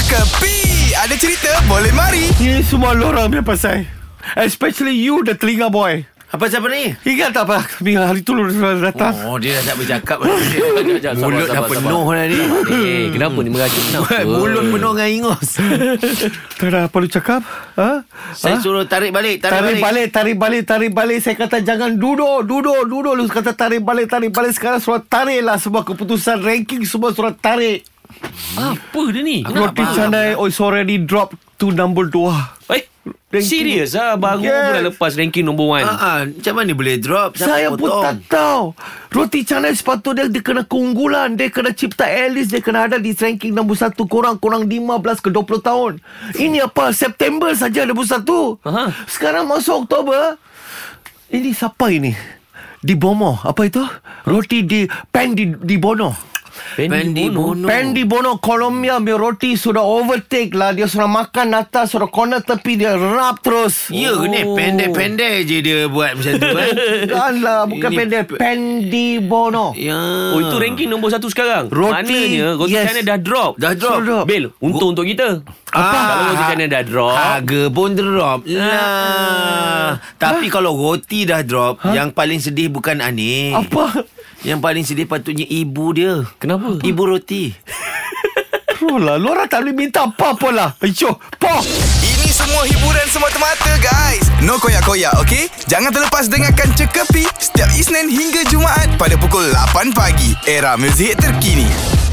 Kepi Ada cerita boleh mari Ni semua lorang punya pasal Especially you the telinga boy Apa siapa ni? Ingat tak apa Kami hari tu lu datang Oh dia dah tak bercakap Mulut dah penuh dah ni Hmm. Eh, kenapa ni meracun kenapa? Mulut penuh dengan ingus Tak ada apa lu cakap ha? Oh. Saya ha? suruh tarik balik Tarik balik, tarik balik, tarik balik Saya kata jangan duduk, duduk, duduk Lu kata tarik balik, tarik balik Sekarang surat tarik lah Semua keputusan ranking Semua surat tarik Apa dia ni? Roti faham. canai Oh it's already drop To number 2 Eh, Ranking. serius lah Baru Yes. bulan lepas ranking nombor 1 Ah, ah, Macam mana boleh drop Siapa Saya pun potong? tak tahu Roti canai sepatutnya dia, dia kena keunggulan Dia kena cipta Alice Dia kena ada di ranking nombor 1 Korang Korang 15 ke 20 tahun Ini apa September saja nombor 1 Aha. Sekarang masuk Oktober Ini siapa ini Di Bomo Apa itu Roti di Pan di, di Bono Pendi Bono Pendi Bono Colombia punya roti sudah overtake lah Dia sudah makan atas Sudah corner tepi Dia rap terus Ya ke ni Pendek-pendek je dia buat macam tu kan Jangan lah Bukan Ini pendek pe- Pendi Bono Ya Oh itu ranking nombor 1 sekarang Roti, Maknanya Roti yes. yes. dah drop Dah drop. Ah. Sudah drop. Bil Untung untuk kita Apa? Kalau Roti canai dah drop Harga pun drop lah. Tapi kalau roti dah drop Yang paling sedih bukan Ani Apa Yang paling sedih patutnya ibu dia Kenapa? Ibu roti Pro lah Lu orang tak boleh minta apa-apa lah Encik Poh Ini semua hiburan semata-mata guys No koyak-koyak ok Jangan terlepas dengarkan Cekapi Setiap Isnin hingga Jumaat Pada pukul 8 pagi Era muzik terkini